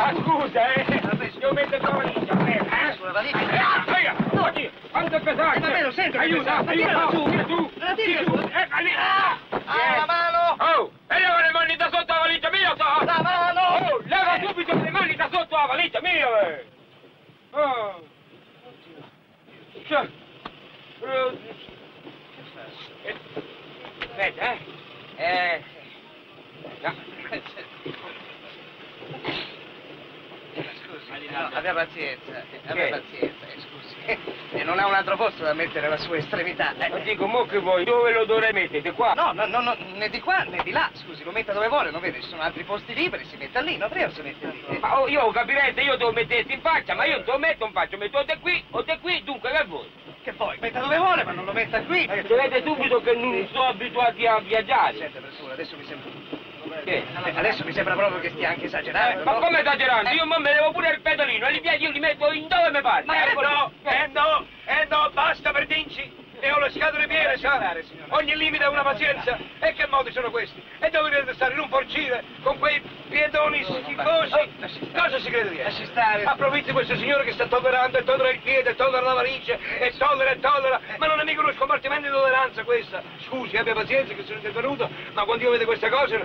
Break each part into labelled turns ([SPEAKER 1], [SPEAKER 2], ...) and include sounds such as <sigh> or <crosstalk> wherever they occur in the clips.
[SPEAKER 1] Ah, scusa, eh! Vabbè, signor Mette Corniglio! Eh, eh?
[SPEAKER 2] Sulla valigia.
[SPEAKER 1] Ah, prega! Oggi, quanto pesante!
[SPEAKER 2] Eh, vabbè, lo sento che
[SPEAKER 1] Aiuta,
[SPEAKER 2] pesante.
[SPEAKER 1] aiuta!
[SPEAKER 2] Tirala su.
[SPEAKER 1] Tira tu!
[SPEAKER 2] La tira
[SPEAKER 1] Tira
[SPEAKER 2] su.
[SPEAKER 1] Eh, ma lì!
[SPEAKER 2] Ah, la mano!
[SPEAKER 1] Oh, e leva le mani da sotto alla valigia mia, sa!
[SPEAKER 2] La mano!
[SPEAKER 1] Oh, leva subito le mani da sotto alla valigia mia, eh! Oh! Cioè, eh, eh, Aspetta, eh! Eh... No.
[SPEAKER 2] Scusi, no, abbia pazienza, abbia
[SPEAKER 1] Che?
[SPEAKER 2] pazienza, eh, scusi. E non ha un altro posto da mettere alla sua estremità. eh.
[SPEAKER 1] Ma dico, mo che vuoi? Dove lo dovrei mettere? Qua?
[SPEAKER 2] No, no, no, no, né di qua né di là, scusi, lo metta dove vuole, non vede, ci sono altri posti liberi, si metta lì, non prego si mette lì. Eh,
[SPEAKER 1] Ma oh, io capirete, io devo metterti in faccia, ma io non te lo metto in faccia, metto te qui o te qui, dunque che vuoi?
[SPEAKER 2] Eh, Che poi, metta dove vuole, ma non lo metta qui.
[SPEAKER 1] Eh, Vedete subito che non sono abituati a viaggiare.
[SPEAKER 2] Senta, per favore, adesso mi sembra...
[SPEAKER 1] Che?
[SPEAKER 2] eh, adesso mi sembra proprio che stia anche esagerando.
[SPEAKER 1] Eh, Ma
[SPEAKER 2] no?
[SPEAKER 1] come esagerando? Io mo me devo pure il pedalino e li piedi io li metto in dove mi pare.
[SPEAKER 2] Ma eh,
[SPEAKER 1] Eccolo.
[SPEAKER 2] no,
[SPEAKER 1] Eh,
[SPEAKER 3] no, eh no, basta per dinci. E ho lasciato le mie, sa? Ogni limite è una pazienza. E che modi sono questi? E dove dovete stare? In un porcile? Con quei piedoni schifosi? Cosa si crede di
[SPEAKER 2] Lasci
[SPEAKER 3] essere?
[SPEAKER 2] stare.
[SPEAKER 3] Approfitti questo signore che sta tollerando e tollera il piede, e tollera la varice e tollera e tollera. Ma non è mica uno scompartimento di tolleranza questa. Scusi, eh, abbia pazienza che sono intervenuto, ma quando io vedo queste cose...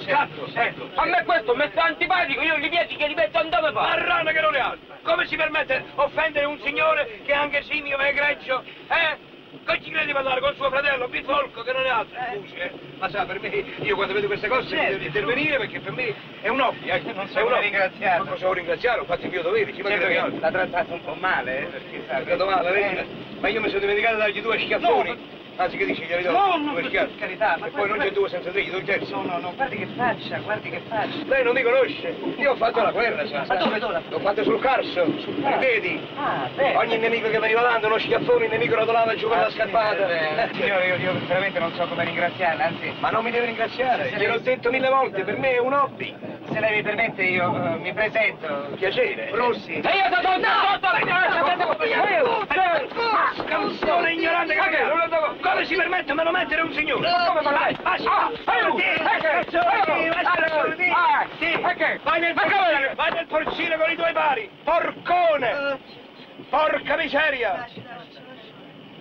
[SPEAKER 3] Scatto, ecco.
[SPEAKER 1] A me questo mi sta antipatico, io li piedi che li metto in dove pare.
[SPEAKER 3] Marrana che non è altro! Come si permette offendere un signore che è anche simio e egregio? Eh? Che ci credi parlare con suo fratello, Bifolco, che non è altro? Scusi, eh. Ma sa, per me, io quando vedo queste cose
[SPEAKER 2] Certo,
[SPEAKER 3] devo intervenire perché per me è un ovvio, eh.
[SPEAKER 2] Non so
[SPEAKER 3] è un
[SPEAKER 2] come
[SPEAKER 3] ovvio.
[SPEAKER 2] ringraziarlo.
[SPEAKER 3] Ma cosa devo ringraziare? Ho fatto il mio dovere, ci manca
[SPEAKER 2] Certo
[SPEAKER 3] che
[SPEAKER 2] che
[SPEAKER 3] altro.
[SPEAKER 2] l'ha trattato un po' male, eh, perché sa...
[SPEAKER 3] Ha giocato male, la regina. Ma io mi sono dimenticato di dargli due schiaffoni. Anzi, che dici, glieli do?
[SPEAKER 2] No, no,
[SPEAKER 3] due
[SPEAKER 2] per
[SPEAKER 3] schiaffi.
[SPEAKER 2] carità, ma
[SPEAKER 3] E poi non c'è due senza tre, gli do il terzo.
[SPEAKER 2] No, no, no, guardi che faccia, guardi che faccia.
[SPEAKER 3] Lei non mi conosce. Io ho fatto la guerra, sa.
[SPEAKER 2] Ma dove, dove?
[SPEAKER 3] L'ho fatto sul Carso, sul
[SPEAKER 2] Ah.
[SPEAKER 3] Vedi?
[SPEAKER 2] Ah, beh. Ah,
[SPEAKER 3] Ogni nemico che veniva dando uno schiaffone, il nemico rotolava giù per la scarpata.
[SPEAKER 2] Eh, Signore, io, io veramente non so come ringraziarla, anzi,
[SPEAKER 3] <laughs> Ma non mi deve ringraziare, gliel'ho detto mille volte, per me è un hobby.
[SPEAKER 2] se lei mi permette io eh, mi presento.
[SPEAKER 3] Piacere.
[SPEAKER 2] Rossi.
[SPEAKER 1] E io ti do sotto la
[SPEAKER 3] Canzone ignorante, che è? Non lo devo- Come si permette me lo mettere un signore?
[SPEAKER 1] Come
[SPEAKER 3] Come
[SPEAKER 1] parlai?
[SPEAKER 3] mai?
[SPEAKER 1] Ah, aiuto!
[SPEAKER 2] ecco.
[SPEAKER 1] Ah, sì, perché?
[SPEAKER 3] Vai nel
[SPEAKER 1] Ma come?
[SPEAKER 3] porcile, vai nel porcile con i tuoi pari. Porcone! Porca miseria!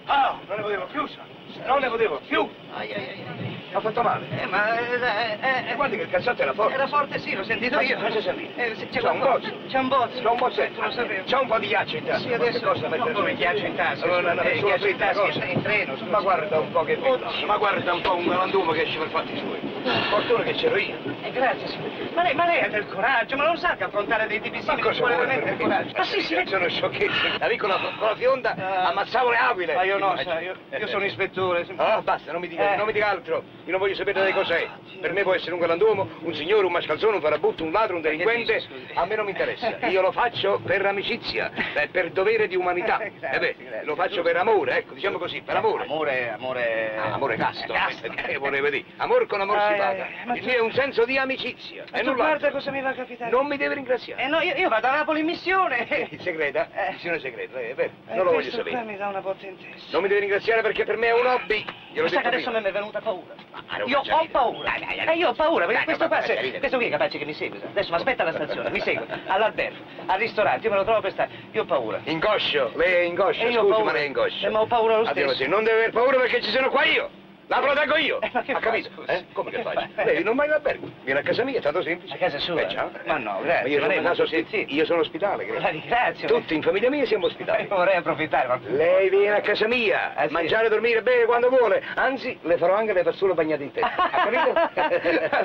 [SPEAKER 3] Ah, non ne potevo più, sa. Non ne potevo più.
[SPEAKER 2] Ai, ai, ai.
[SPEAKER 3] Ho fatto male.
[SPEAKER 2] Eh, ma... Eh, eh,
[SPEAKER 3] E
[SPEAKER 2] eh,
[SPEAKER 3] guardi che il calzotto era forte.
[SPEAKER 2] Era forte, sì, l'ho sentito
[SPEAKER 3] Ma
[SPEAKER 2] io.
[SPEAKER 3] cosa serviva?
[SPEAKER 2] Eh, sì, c'è
[SPEAKER 3] C'è un
[SPEAKER 2] qualcosa.
[SPEAKER 3] bozzo.
[SPEAKER 2] C'è un bozzo.
[SPEAKER 3] C'è un po'
[SPEAKER 2] Tu lo sapevo.
[SPEAKER 3] C'è un po' di ghiaccio in tasca.
[SPEAKER 2] Sì, adesso-
[SPEAKER 3] Qualche cosa
[SPEAKER 2] no,
[SPEAKER 3] mettere
[SPEAKER 2] come
[SPEAKER 3] giù.
[SPEAKER 2] ghiaccio in tasca?
[SPEAKER 3] Allora, una
[SPEAKER 2] Eh,
[SPEAKER 3] persona
[SPEAKER 2] ghiaccio in
[SPEAKER 3] fritta,
[SPEAKER 2] tasca,
[SPEAKER 3] cosa?
[SPEAKER 2] in treno, scusi.
[SPEAKER 3] Ma guarda un po' che bello. Ma guarda un po' un galantuomo che esce per fatti suoi.
[SPEAKER 2] Ah.
[SPEAKER 3] Fortuna che c'ero io.
[SPEAKER 2] Eh, grazie, signore. Ma lei, ma lei ha del coraggio, ma non sa che affrontare dei tipi
[SPEAKER 3] Ma
[SPEAKER 2] simili ci
[SPEAKER 3] cosa
[SPEAKER 2] vuole
[SPEAKER 3] vuole
[SPEAKER 2] veramente del coraggio. Ma sì, sì,
[SPEAKER 3] Sono sciocchezze. La piccola con la fionda ammazzavo le aquile.
[SPEAKER 2] Ma Ah, io no, sa, io, io sono ispettore. sem-
[SPEAKER 3] Ah, basta, non mi, dica,
[SPEAKER 2] Eh.
[SPEAKER 3] non mi dica altro. Io non voglio sapere lei cos'è. Per me può essere un galantuomo, un signore, un mascalzone, un farabutto, un ladro, un
[SPEAKER 2] che
[SPEAKER 3] delinquente.
[SPEAKER 2] dici, scusi?
[SPEAKER 3] A me non mi interessa. Io lo faccio per amicizia, eh, per dovere di umanità.
[SPEAKER 2] Eh, <laughs> grazie,
[SPEAKER 3] Eh beh,
[SPEAKER 2] grazie.
[SPEAKER 3] lo faccio per amore, ecco, diciamo così, per amore.
[SPEAKER 2] Amore, amore...
[SPEAKER 3] Ah, amore casto,
[SPEAKER 2] Casto.
[SPEAKER 3] <laughs> eh, volevo dire. Amor con amor si
[SPEAKER 2] Ai,
[SPEAKER 3] paga.
[SPEAKER 2] ai, ma
[SPEAKER 3] Il
[SPEAKER 2] tu-
[SPEAKER 3] mio è un senso di amicizia.
[SPEAKER 2] Ma
[SPEAKER 3] E
[SPEAKER 2] tu
[SPEAKER 3] nulla.
[SPEAKER 2] guarda cosa mi va a capitare.
[SPEAKER 3] Non mi deve
[SPEAKER 2] Eh
[SPEAKER 3] ringraziare.
[SPEAKER 2] no, io, io vado a Napoli in missione.
[SPEAKER 3] Il segreta?
[SPEAKER 2] Eh.
[SPEAKER 3] Il signore segreto, eh, è vero.
[SPEAKER 2] Eh,
[SPEAKER 3] Non lo voglio
[SPEAKER 2] questo qua
[SPEAKER 3] sapere.
[SPEAKER 2] mi dà una botta in testa.
[SPEAKER 3] Non mi deve ringraziare perché per me è un hobby. Glielo
[SPEAKER 2] Ma sa che
[SPEAKER 3] dico
[SPEAKER 2] adesso a
[SPEAKER 3] prima.
[SPEAKER 2] me mi è venuta paura.
[SPEAKER 3] Ah, non
[SPEAKER 2] Io
[SPEAKER 3] faccia
[SPEAKER 2] ho
[SPEAKER 3] ridere.
[SPEAKER 2] paura.
[SPEAKER 3] Dai, dai, dai.
[SPEAKER 2] Eh, io ho paura, perché
[SPEAKER 3] Dai,
[SPEAKER 2] questo
[SPEAKER 3] non
[SPEAKER 2] qua,
[SPEAKER 3] faccia
[SPEAKER 2] se-
[SPEAKER 3] ridere.
[SPEAKER 2] questo qui è capace che mi segue. sa. Adesso mi aspetta alla stazione, mi segue, all'albergo, al ristorante, io me lo trovo per stare. Io ho paura.
[SPEAKER 3] Eh, Ingoscio, lei è ingoscio,
[SPEAKER 2] E io ho
[SPEAKER 3] scusi,
[SPEAKER 2] paura.
[SPEAKER 3] ma lei è ingoscio.
[SPEAKER 2] Eh, ma ho paura lo
[SPEAKER 3] Abbiamo
[SPEAKER 2] stesso.
[SPEAKER 3] sì, non deve aver paura perché ci sono qua io. La proteggo io.
[SPEAKER 2] Eh, ma che
[SPEAKER 3] ha
[SPEAKER 2] fai,
[SPEAKER 3] capito?
[SPEAKER 2] scusi?
[SPEAKER 3] Eh? Come che
[SPEAKER 2] Che
[SPEAKER 3] fai?
[SPEAKER 2] fai?
[SPEAKER 3] Lei non va in albergo. Viene a casa mia, è stato semplice.
[SPEAKER 2] A casa sua?
[SPEAKER 3] Eh, ciao.
[SPEAKER 2] Ma no, grazie,
[SPEAKER 3] Ma
[SPEAKER 2] ma
[SPEAKER 3] io sono
[SPEAKER 2] lei
[SPEAKER 3] il
[SPEAKER 2] non
[SPEAKER 3] naso
[SPEAKER 2] si zitti.
[SPEAKER 3] sì. Io sono ospitale,
[SPEAKER 2] La
[SPEAKER 3] grazie.
[SPEAKER 2] ringrazio.
[SPEAKER 3] Tutti in famiglia mia siamo ospitali.
[SPEAKER 2] Eh, vorrei approfittare, ma...
[SPEAKER 3] Lei viene a casa mia,
[SPEAKER 2] Ah, sì?
[SPEAKER 3] mangiare, dormire, bere quando vuole. Anzi, le farò anche le persone bagnate in
[SPEAKER 2] <laughs>
[SPEAKER 3] testa. Ha capito?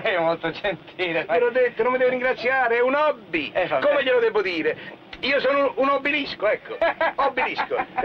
[SPEAKER 2] lei è molto gentile. ma-
[SPEAKER 3] Gliel'ho detto, non mi devo ringraziare, è un hobby.
[SPEAKER 2] Eh, vabbè. <laughs>
[SPEAKER 3] Come glielo devo dire? Io sono un, un obelisco, ecco. Obelisco.